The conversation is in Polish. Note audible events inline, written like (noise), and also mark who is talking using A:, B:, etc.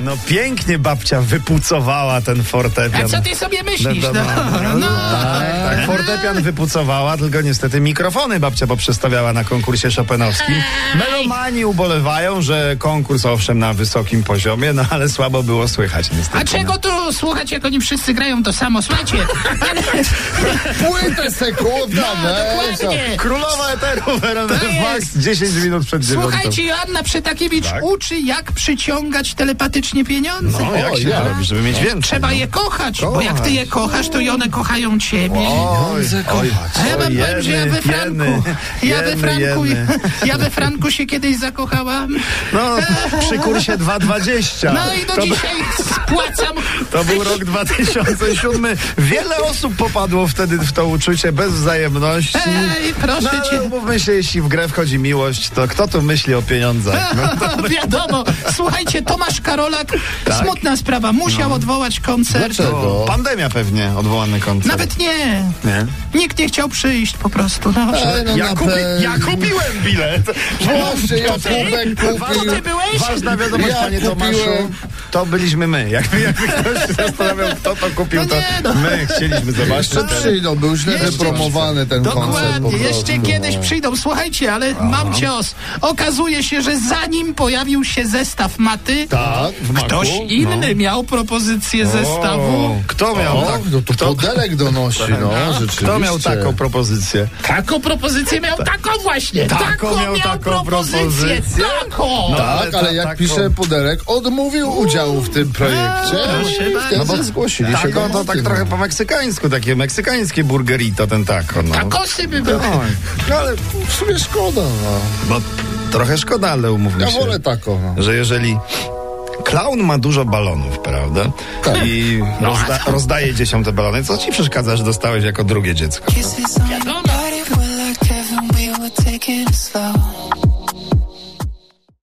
A: No pięknie babcia wypucowała ten fortepian.
B: A co ty sobie myślisz?
A: No,
B: No,
A: no,
B: no.
A: Tak, tak, fortepian wypucowała, tylko niestety mikrofony babcia poprzestawiała na konkursie szopenowskim. Melomani ubolewają, że konkurs owszem na wysokim poziomie, no ale słabo było słychać niestety. no.
B: A czego tu słuchać, jak oni wszyscy grają to samo? Słuchajcie,
A: (laughs)
C: Płytę se kurwa,
B: No,
C: weź, no.
B: dokładnie.
A: Królowa eteru,
B: To
A: Weronika
B: jest.
A: Max, 10 minut przed dziewiątą.
B: słuchajcie, Joanna Przytakiewicz
A: Tak.
B: uczy, jak przyciągać telepatycznie pieniądze.
A: No, jak
C: O,
A: się
C: ja.
A: to robi, żeby mieć więcej.
B: Trzeba
A: no.
B: je kochać, bo jak ty je kochasz, to i one kochają ciebie.
A: Oj, oj,
B: A ja
A: oj,
B: wam powiem, że ja we
A: jeny,
B: Franku,
A: jeny,
B: ja we
A: jeny,
B: Franku,
A: jeny.
B: (laughs) ja we Franku się kiedyś zakochałam.
A: No, przy kursie 2,20.
B: No i do
A: Tak. To by-
B: dzisiaj
A: (laughs)
B: spłacam.
A: To był rok 2007. Wiele osób popadło wtedy w to uczucie bez wzajemności.
B: Ej,
A: No,
B: proszę
A: ale
B: cię.
A: umówmy się, jeśli w grę wchodzi miłość, to kto tu myśli o
B: (laughs)
A: pieniądzach? No, Tak.
B: Wiadomo, słuchajcie, Tomasz Karolak, smutna sprawa, musiał
A: No.
B: odwołać koncert.
C: Dlaczego?
A: pandemia pewnie, odwołany koncert.
B: Nawet nie.
A: nie.
B: Nikt nie chciał przyjść po prostu. No,
C: Ale no
A: Ja,
C: na
A: kupi,
C: pewno.
A: ja kupiłem bilet.
C: Proszę, ja kubek
B: Ty,
C: kupił.
B: ty byłeś?
A: Ważna wiadomość,
C: Ja
A: panie
C: kupiłem.
A: Tomaszu. To byliśmy my. Jakby, jakby ktoś się zastanawiał, kto to kupił,
B: No
A: to
B: nie, no.
A: my chcieliśmy zobaczyć.
C: Jeszcze przyjdą, był źle
B: Jeszcze-
C: wypromowany ten koncert po
B: Dokładnie,
C: prostu.
B: jeszcze kiedyś przyjdą. Słuchajcie, ale mam cios. Okazuje się, że zanim pojawił się zestaw maty,
C: Tak, w maku.
B: ktoś inny miał propozycję zestawu.
A: O, Kto miał
C: O,
A: tak?
C: no to
A: Kto,
C: podelek donosi, no, rzeczywiście.
A: kto miał taką propozycję?
B: Taką propozycję miał, taką właśnie.
A: Taką
B: Taką,
A: miał
B: miał,
A: taką
B: propozycję.
A: propozycję.
B: Taką.
A: No.
C: Tak,
A: Ale
C: ale,
A: ta-
C: jak
A: taką-
C: pisze Pudelek, odmówił udziału w tym projekcie.
B: Eee, proszę
C: i
B: bardzo.
C: wtedy zgłosili się no.
A: Tako
C: do
A: to tak
C: Martyna.
A: trochę po meksykańsku, takie meksykańskie burgerito, ten taco. No.
C: Tak,
B: Takosy by były.
A: No,
C: No, ale w sumie szkoda, no.
A: Bo trochę szkoda, ale umówmy
C: Ja
A: się,
C: wolę taką, no.
A: że jeżeli klaun ma dużo balonów, prawda?
C: Tak.
A: I rozda, rozdaje dzieciom te balony, co ci przeszkadza, że dostałeś jako drugie dziecko?
D: Kisses on your body were like heaven, we were taking it slow.